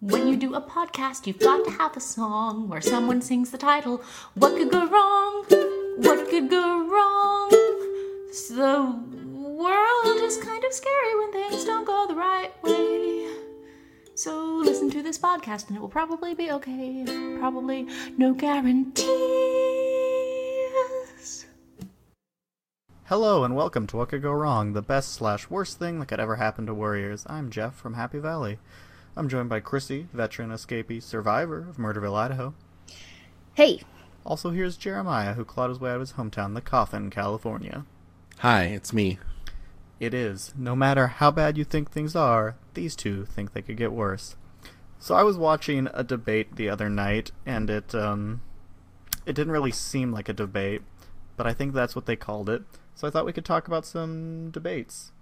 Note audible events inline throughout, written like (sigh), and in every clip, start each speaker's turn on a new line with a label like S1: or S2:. S1: When you do a podcast, you've got to have a song where someone sings the title. What could go wrong? What could go wrong? The world is kind of scary when things don't go the right way. So listen to this podcast and it will probably be okay. Probably no guarantees.
S2: Hello and welcome to What Could Go Wrong, the best slash worst thing that could ever happen to Warriors. I'm Jeff from Happy Valley. I'm joined by Chrissy, veteran escapee survivor of Murderville, Idaho.
S3: Hey,
S2: Also, here's Jeremiah, who clawed his way out of his hometown, The Coffin, California.
S4: Hi, it's me.
S2: It is, no matter how bad you think things are, these two think they could get worse. So I was watching a debate the other night, and it um, it didn't really seem like a debate, but I think that's what they called it. So I thought we could talk about some debates.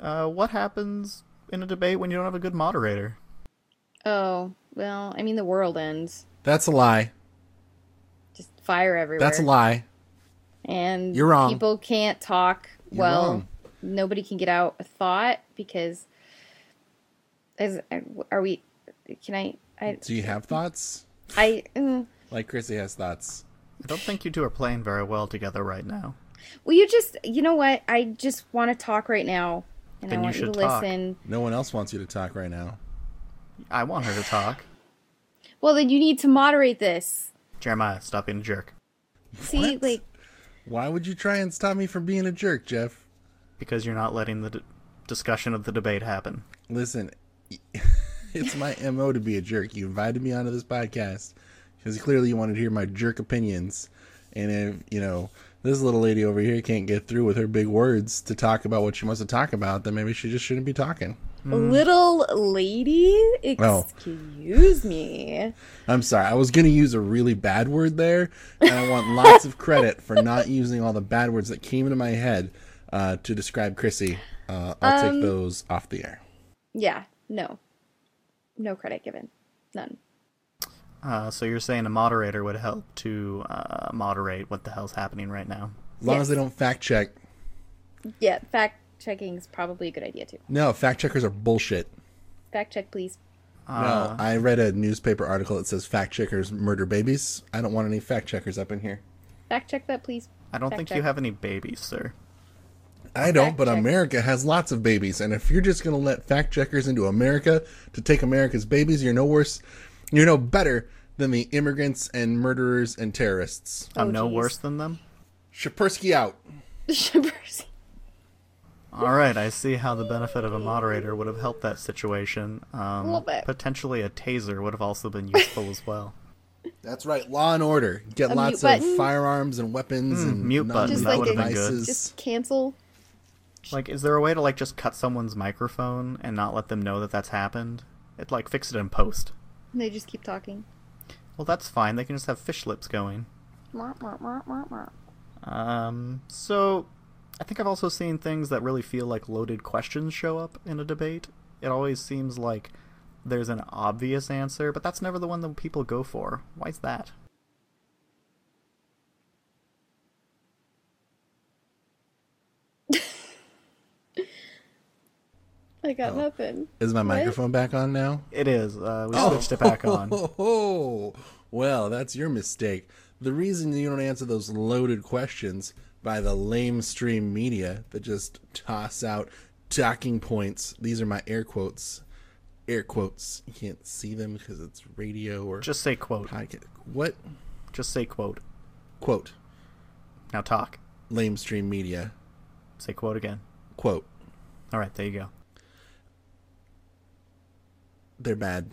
S2: Uh, what happens in a debate when you don't have a good moderator?
S3: Oh, well, I mean, the world ends.
S4: That's a lie.
S3: Just fire everywhere.
S4: That's a lie.
S3: And
S4: You're wrong.
S3: People can't talk
S4: You're
S3: well.
S4: wrong.
S3: Nobody can get out a thought because. Is, are we? Can I? I.
S4: Do you have thoughts?
S3: I. mm.
S4: Like Chrissy has thoughts.
S2: I don't think you two are playing very well together right now.
S3: Well, you just. You know what? I just want to talk right now, and
S2: Then
S3: I
S2: you
S3: want you, to
S2: should talk.
S3: listen.
S4: No one else wants you to talk right now.
S2: I want her to talk.
S3: Well, then you need to moderate this.
S2: Jeremiah, stop being a jerk.
S3: See,
S4: What?
S3: like,
S4: Why would you try and stop me from being a jerk, Jeff?
S2: because you're not letting the d- discussion of the debate happen.
S4: Listen, (laughs) it's my MO to be a jerk. You invited me onto this podcast because clearly you wanted to hear my jerk opinions. And if, you know, this little lady over here can't get through with her big words to talk about what she wants to talk about, then maybe she just shouldn't be talking.
S3: little lady.
S4: Oh.
S3: Excuse me.
S4: I'm sorry. I was going to use a really bad word there, and I want lots of credit for not using all the bad words that came into my head uh, to describe Chrissy. Uh, I'll take those off the air.
S3: Yeah, no. No credit given. None.
S2: Uh, so you're saying a moderator would help to uh, moderate what the hell's happening right now.
S4: As long
S3: yes.
S4: as they don't fact check.
S3: Yeah, fact checking is probably a good idea too.
S4: No, fact checkers are bullshit.
S3: Fact check, please.
S4: no, I read a newspaper article that says fact checkers murder babies. I don't want any fact checkers up in here.
S3: Fact check that, please. (laughs)
S2: I don't
S3: Fact
S2: think
S3: check.
S2: you have any babies, sir.
S4: I don't,
S3: Fact
S4: but
S3: check.
S4: America has lots of babies, and if you're just gonna let fact checkers into America to take America's babies, you're no worse, you're no better than the immigrants and murderers and terrorists.
S2: I'm
S3: Oh,
S2: no
S3: geez.
S2: worse than them.
S4: Shapersky out.
S3: Shippers.
S2: All right, I see how the benefit of a moderator would have helped that situation. Um,
S3: Little bit.
S2: Potentially a taser would have also been useful as
S3: (laughs)
S2: well.
S4: That's right, law and order. Get
S3: A
S4: lots
S3: mute
S4: of
S3: button.
S4: firearms and weapons and
S2: Hmm, mute button,
S3: Just
S4: non-lethal
S3: that would've been
S2: good.
S4: devices.
S3: Just cancel.
S2: Like, is there a way to like just cut someone's microphone and not let them know that that's happened? It like fix it in post.
S3: and They just keep talking.
S2: Well, that's fine. They can just have fish lips going.
S3: Wah, wah, wah, wah, wah.
S2: Um, so I think I've also seen things that really feel like loaded questions show up in a debate. It always seems like there's an obvious answer, but that's never the one that people go for. Why's that?
S3: I got nothing.
S4: Is my
S3: What?
S4: microphone back on now?
S2: It is. Uh, we switched it back
S4: (laughs)
S2: on.
S4: Oh, well, that's your mistake. The reason you don't answer those loaded questions by the lamestream media that just toss out talking points. These are my air quotes. Air quotes. You can't see them because it's radio or
S2: Just say quote.
S4: podcast. What
S2: Just say quote.
S4: quote?
S2: Now talk.
S4: Lamestream media
S2: Say quote again.
S4: quote.
S2: All right, there you go.
S4: They're bad,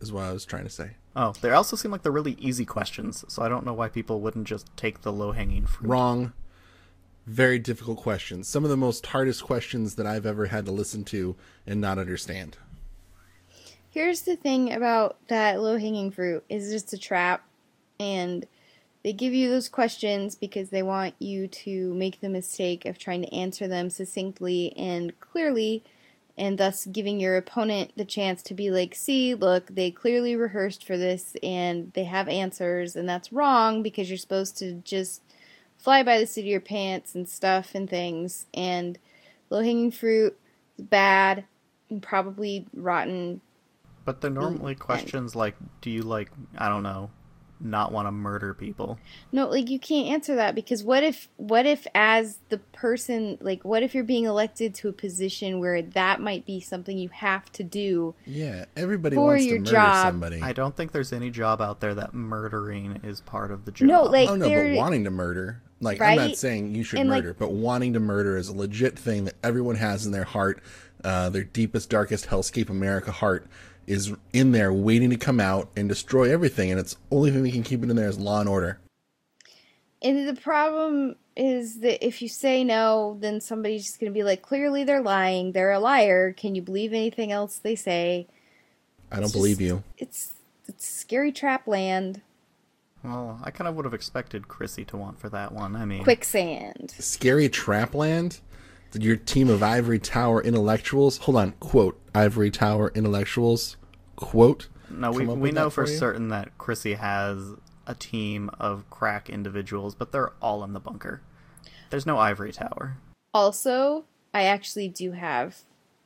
S4: is what I was trying to say.
S2: Oh, they also seem like they're really easy questions, so I don't know why people wouldn't just take the low hanging fruit.
S4: wrong very difficult questions some of the most hardest questions that i've ever had to listen to and not understand
S3: Here's the thing about that low hanging fruit is it's a trap and they give you those questions because they want you to make the mistake of trying to answer them succinctly and clearly and thus giving your opponent the chance to be like, "See, look, they clearly rehearsed for this and they have answers and that's wrong because you're supposed to just fly by the seat of your pants and stuff and things and low hanging fruit is bad probably rotten.
S2: But they're normally questions like, do you like, I don't know, not want to murder people?
S3: No, like you can't answer that because what if what if as the person like what if you're being elected to a position where that might be something you have to do?
S4: Yeah, everybody
S3: For
S4: wants to
S3: your
S4: murder
S3: job.
S4: somebody.
S2: I don't think there's any job out there that murdering is part of the job.
S3: No, like
S4: oh no,
S3: there
S4: but wanting to murder. Like I'm not
S3: Right?
S4: saying you should
S3: And, like-
S4: murder, but wanting to murder is a legit thing that everyone has in their heart. Uh, their deepest, darkest hellscape America heart is in there waiting to come out and destroy everything, and it's only thing we can keep it in there is law and order.
S3: And the problem is that if you say no, then somebody's just going to be like, clearly they're lying. They're a liar. Can you believe anything else they say?
S4: I don't believe you.
S3: It's it's scary trap land,
S2: Well, I kind of would have expected Chrissy to want for that one. I mean,
S3: quicksand.
S4: Scary Trapland? Your team of Ivory Tower intellectuals? Hold on, quote, Ivory Tower intellectuals, quote.
S2: no, we,
S4: Come up
S2: we
S4: with
S2: know
S4: that
S2: for,
S4: for you?
S2: certain that Chrissy has a team of crack individuals, but they're all in the bunker. There's no ivory tower.
S3: Also, I actually do have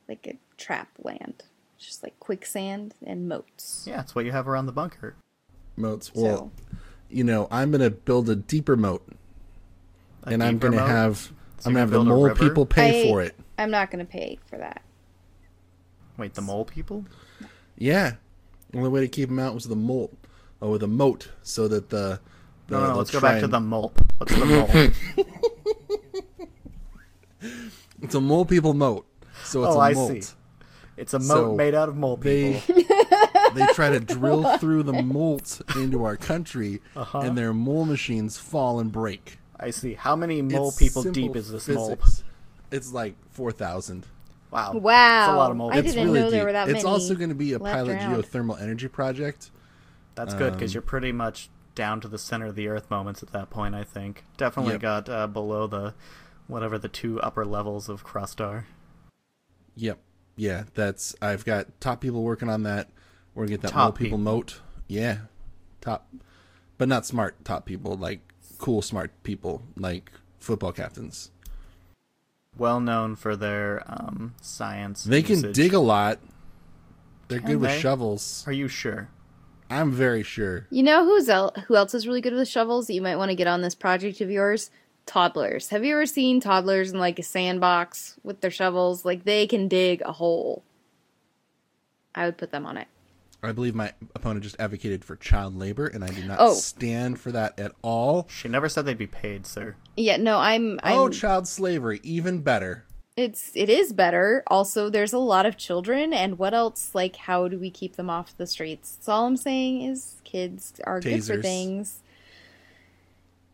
S3: like a trap land, just like quicksand and moats.
S2: Yeah, it's what you have around the bunker.
S4: Moats. Well, you know, I'm going to build a deeper moat,
S2: A
S4: and I'm
S2: deeper
S4: going to
S2: moat.
S4: have.
S2: So
S4: I'm
S2: you
S4: gonna
S2: can
S4: have the
S2: build a
S4: mole
S2: river?
S4: people pay
S3: I-
S4: for it.
S3: I'm not going to pay for that.
S2: Wait, the mole people?
S4: Yeah, the only way to keep them out was the mole, or the moat, so that the, the
S2: No, no, let's go
S4: Uh, try
S2: back to
S4: and-
S2: the mole. What's the
S4: (laughs)
S2: mole?
S4: It's a mole people moat, so it's
S2: Oh,
S4: a
S2: I
S4: molt.
S2: see. It's a moat
S4: So,
S2: made out of mole people.
S4: they (laughs) they try to drill through the molt into our country,
S2: Uh-huh.
S4: and their mole machines fall and break.
S2: I see. How many mole
S4: It's
S2: people
S4: simple
S2: deep is this mole?
S4: physics. It's like four thousand.
S2: Wow.
S3: Wow.
S2: That's a lot of mole.
S3: I
S2: people.
S4: It's
S3: didn't
S4: really
S3: know there
S4: deep.
S3: were that
S4: it's
S3: many
S4: also going to be a
S3: left
S4: pilot
S3: around.
S4: geothermal energy project.
S2: That's good
S4: Um,
S2: because you're pretty much down to the center of the earth moments at that point. I think definitely
S4: Yep.
S2: got uh, below the whatever the two upper levels of crust are.
S4: Yep. Yeah, that's I've got top people working on that. We're gonna get that mole
S2: Top
S4: people
S2: people.
S4: moat. Yeah. Top but not smart top people, like cool smart people, like football captains.
S2: Well known for their um, science.
S4: They can
S2: usage.
S4: dig a lot. They're good with
S2: they?
S4: shovels.
S2: Are you sure?
S4: I'm very sure.
S3: You know who's el- who else is really good with shovels that you might want to get on this project of yours? Toddlers. Have you ever seen toddlers in like a sandbox with their shovels? Like they can dig a hole. I would put them on it.
S4: I believe my opponent just advocated for child labor and I do not
S3: Oh.
S4: stand for that at all.
S2: She never said they'd be paid, sir.
S3: Yeah, no, I'm I'm
S4: Oh, child slavery, even better.
S3: it's it is better. Also, there's a lot of children and what else like how do we keep them off the streets? That's all I'm saying is kids are good for
S4: Tasers.
S3: things.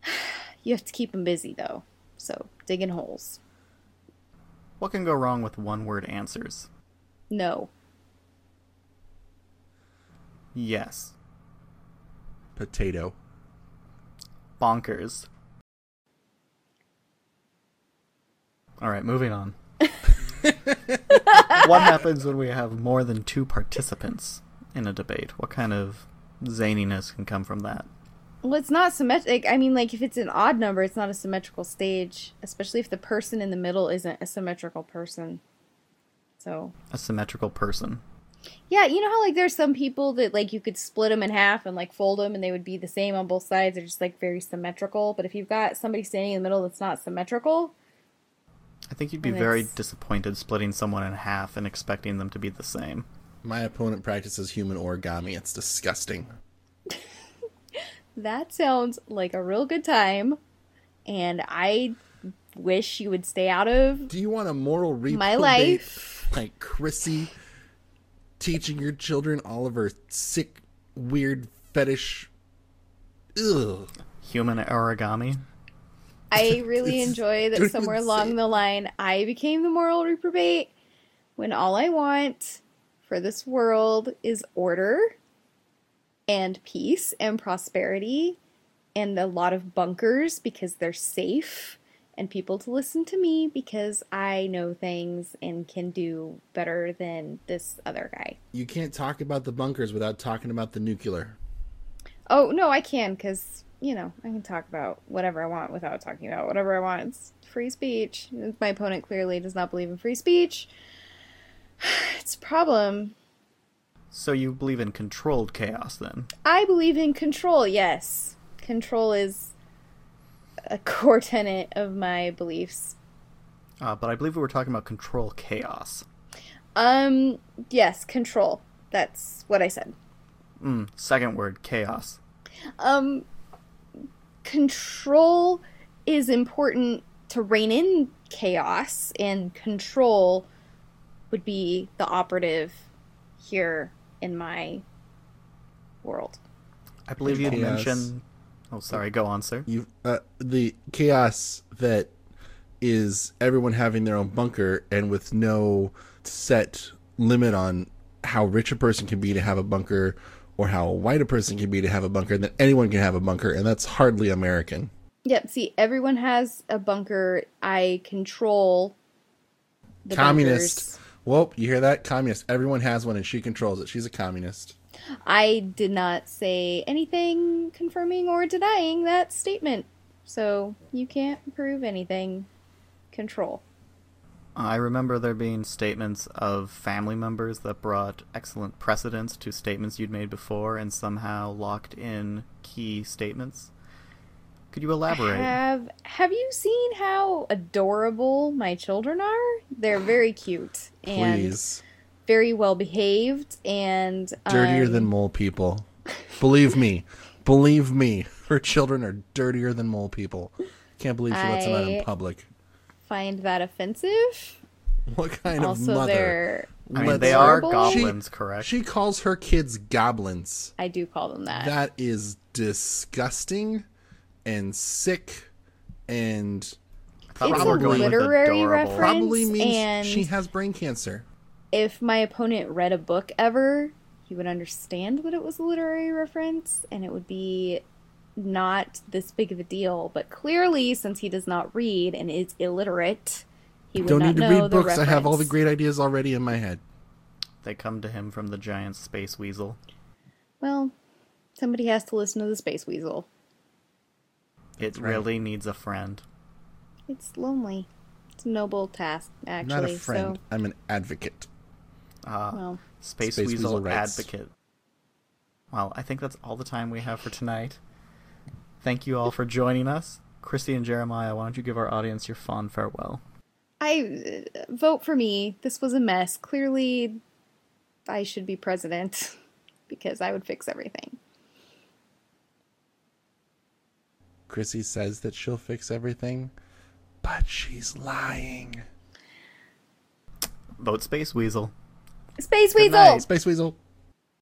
S3: (sighs) You have to keep them busy though. So, digging holes.
S2: What can go wrong with one-word answers?
S3: No.
S2: Yes,
S4: Potato.
S2: bonkers. All right, moving on. what happens when we have more than two participants in a debate? What kind of zaniness can come from that?
S3: Well, it's not symmetric. I mean, like if it's an odd number, it's not a symmetrical stage, especially if the person in the middle isn't a symmetrical person. So,
S2: A symmetrical person.
S3: yeah, you know how like there's some people that like you could split them in half and like fold them and they would be the same on both sides. They're just like very symmetrical. But if you've got somebody standing in the middle that's not symmetrical,
S2: I think you'd be
S3: And
S2: very
S3: it's-
S2: disappointed splitting someone in half and expecting them to be the same.
S4: My opponent practices human origami. It's disgusting.
S3: that sounds like a real good time. And I wish you would stay out of
S4: Do you want a moral reprobate
S3: my life.
S4: (laughs) like Chrissy teaching your children all of her sick, weird fetish? Ugh.
S2: Human origami.
S3: I really
S4: It's-
S3: enjoy
S4: don't
S3: that somewhere
S4: even say
S3: along
S4: it.
S3: the line I became the moral reprobate when all I want for this world is order and peace and prosperity and a lot of bunkers because they're safe and people to listen to me because I know things and can do better than this other guy.
S4: You can't talk about the bunkers without talking about the nuclear.
S3: Oh, no, I can cuz you know, I can talk about whatever I want without talking about whatever I want. It's free speech. My opponent clearly does not believe in free speech. (sighs) It's a problem.
S2: So you believe in controlled chaos then?
S3: I believe in control, yes. Control is a (laughs) core tenet of my beliefs.
S2: Uh, but I believe we were talking about control chaos.
S3: Um, yes, control. That's what I said.
S2: Mm, second word, chaos.
S3: Um, control is important to rein in chaos, and control would be the operative here in my world.
S2: I believe you
S4: Chaos.
S2: mentioned. Oh, sorry. Go on, sir.
S4: You uh, the chaos that is everyone having their own bunker and with no set limit on how rich a person can be to have a bunker or how white a person can be to have a bunker that anyone can have a bunker and that's hardly American.
S3: Yep, see, everyone has a bunker. I control the
S4: communist.
S3: bunkers.
S4: Well, you hear that? Communist. Everyone has one and she controls it. She's a communist.
S3: I did not say anything confirming or denying that statement. So you can't prove anything. Control.
S2: I remember there being statements of family members that brought excellent precedence to statements you'd made before and somehow locked in key statements. Could you elaborate?
S3: Have have you seen how adorable my children are? They're very cute and
S4: Please.
S3: very well behaved and
S4: dirtier
S3: um,
S4: than mole people. Believe me. Believe me. (laughs) Her children are dirtier than mole people. Can't believe she lets them out
S3: I-
S4: in public. (laughs)
S3: find that offensive.
S4: What kind
S3: Also
S4: of mother?
S3: they're
S2: I mean,
S4: lets
S2: they
S4: her-
S2: are
S3: She-
S2: goblins, correct?
S4: She calls her kids goblins.
S3: I do call them that.
S4: That is disgusting and sick and
S2: I thought
S3: It's
S2: we were
S3: a
S2: going with
S3: literary
S2: adorable.
S3: reference.
S4: probably means
S3: and-
S4: she has brain cancer.
S3: if my opponent read a book ever, he would understand that it was a literary reference and it would be not this big of a deal. But clearly, since he does not read and is illiterate, he would
S4: Don't
S3: not
S4: need to
S3: know
S4: read
S3: the
S4: books. I have all the
S3: reference.
S4: great ideas already in my head.
S2: They come to him from the giant space weasel.
S3: Well, somebody has to listen to the Space Weasel.
S2: It really needs a friend.
S3: It's lonely. It's a noble task,
S4: I'm
S3: actually.
S4: not a friend.
S3: So,
S4: I'm an advocate.
S2: Uh,
S3: well,
S2: Space,
S4: Space
S2: Weasel,
S4: Weasel writes.
S2: Advocate. Well, I think that's all the time we have for tonight. Thank you all for joining us. Christy and Jeremiah, why don't you give our audience your fond farewell?
S3: I uh, vote for me. This was a mess. Clearly, I should be president (laughs) because I would fix everything.
S4: Chrissy says that she'll fix everything, but she's lying.
S2: Vote Space Weasel.
S3: Space
S4: Good
S3: Weasel!
S4: night, Space Weasel.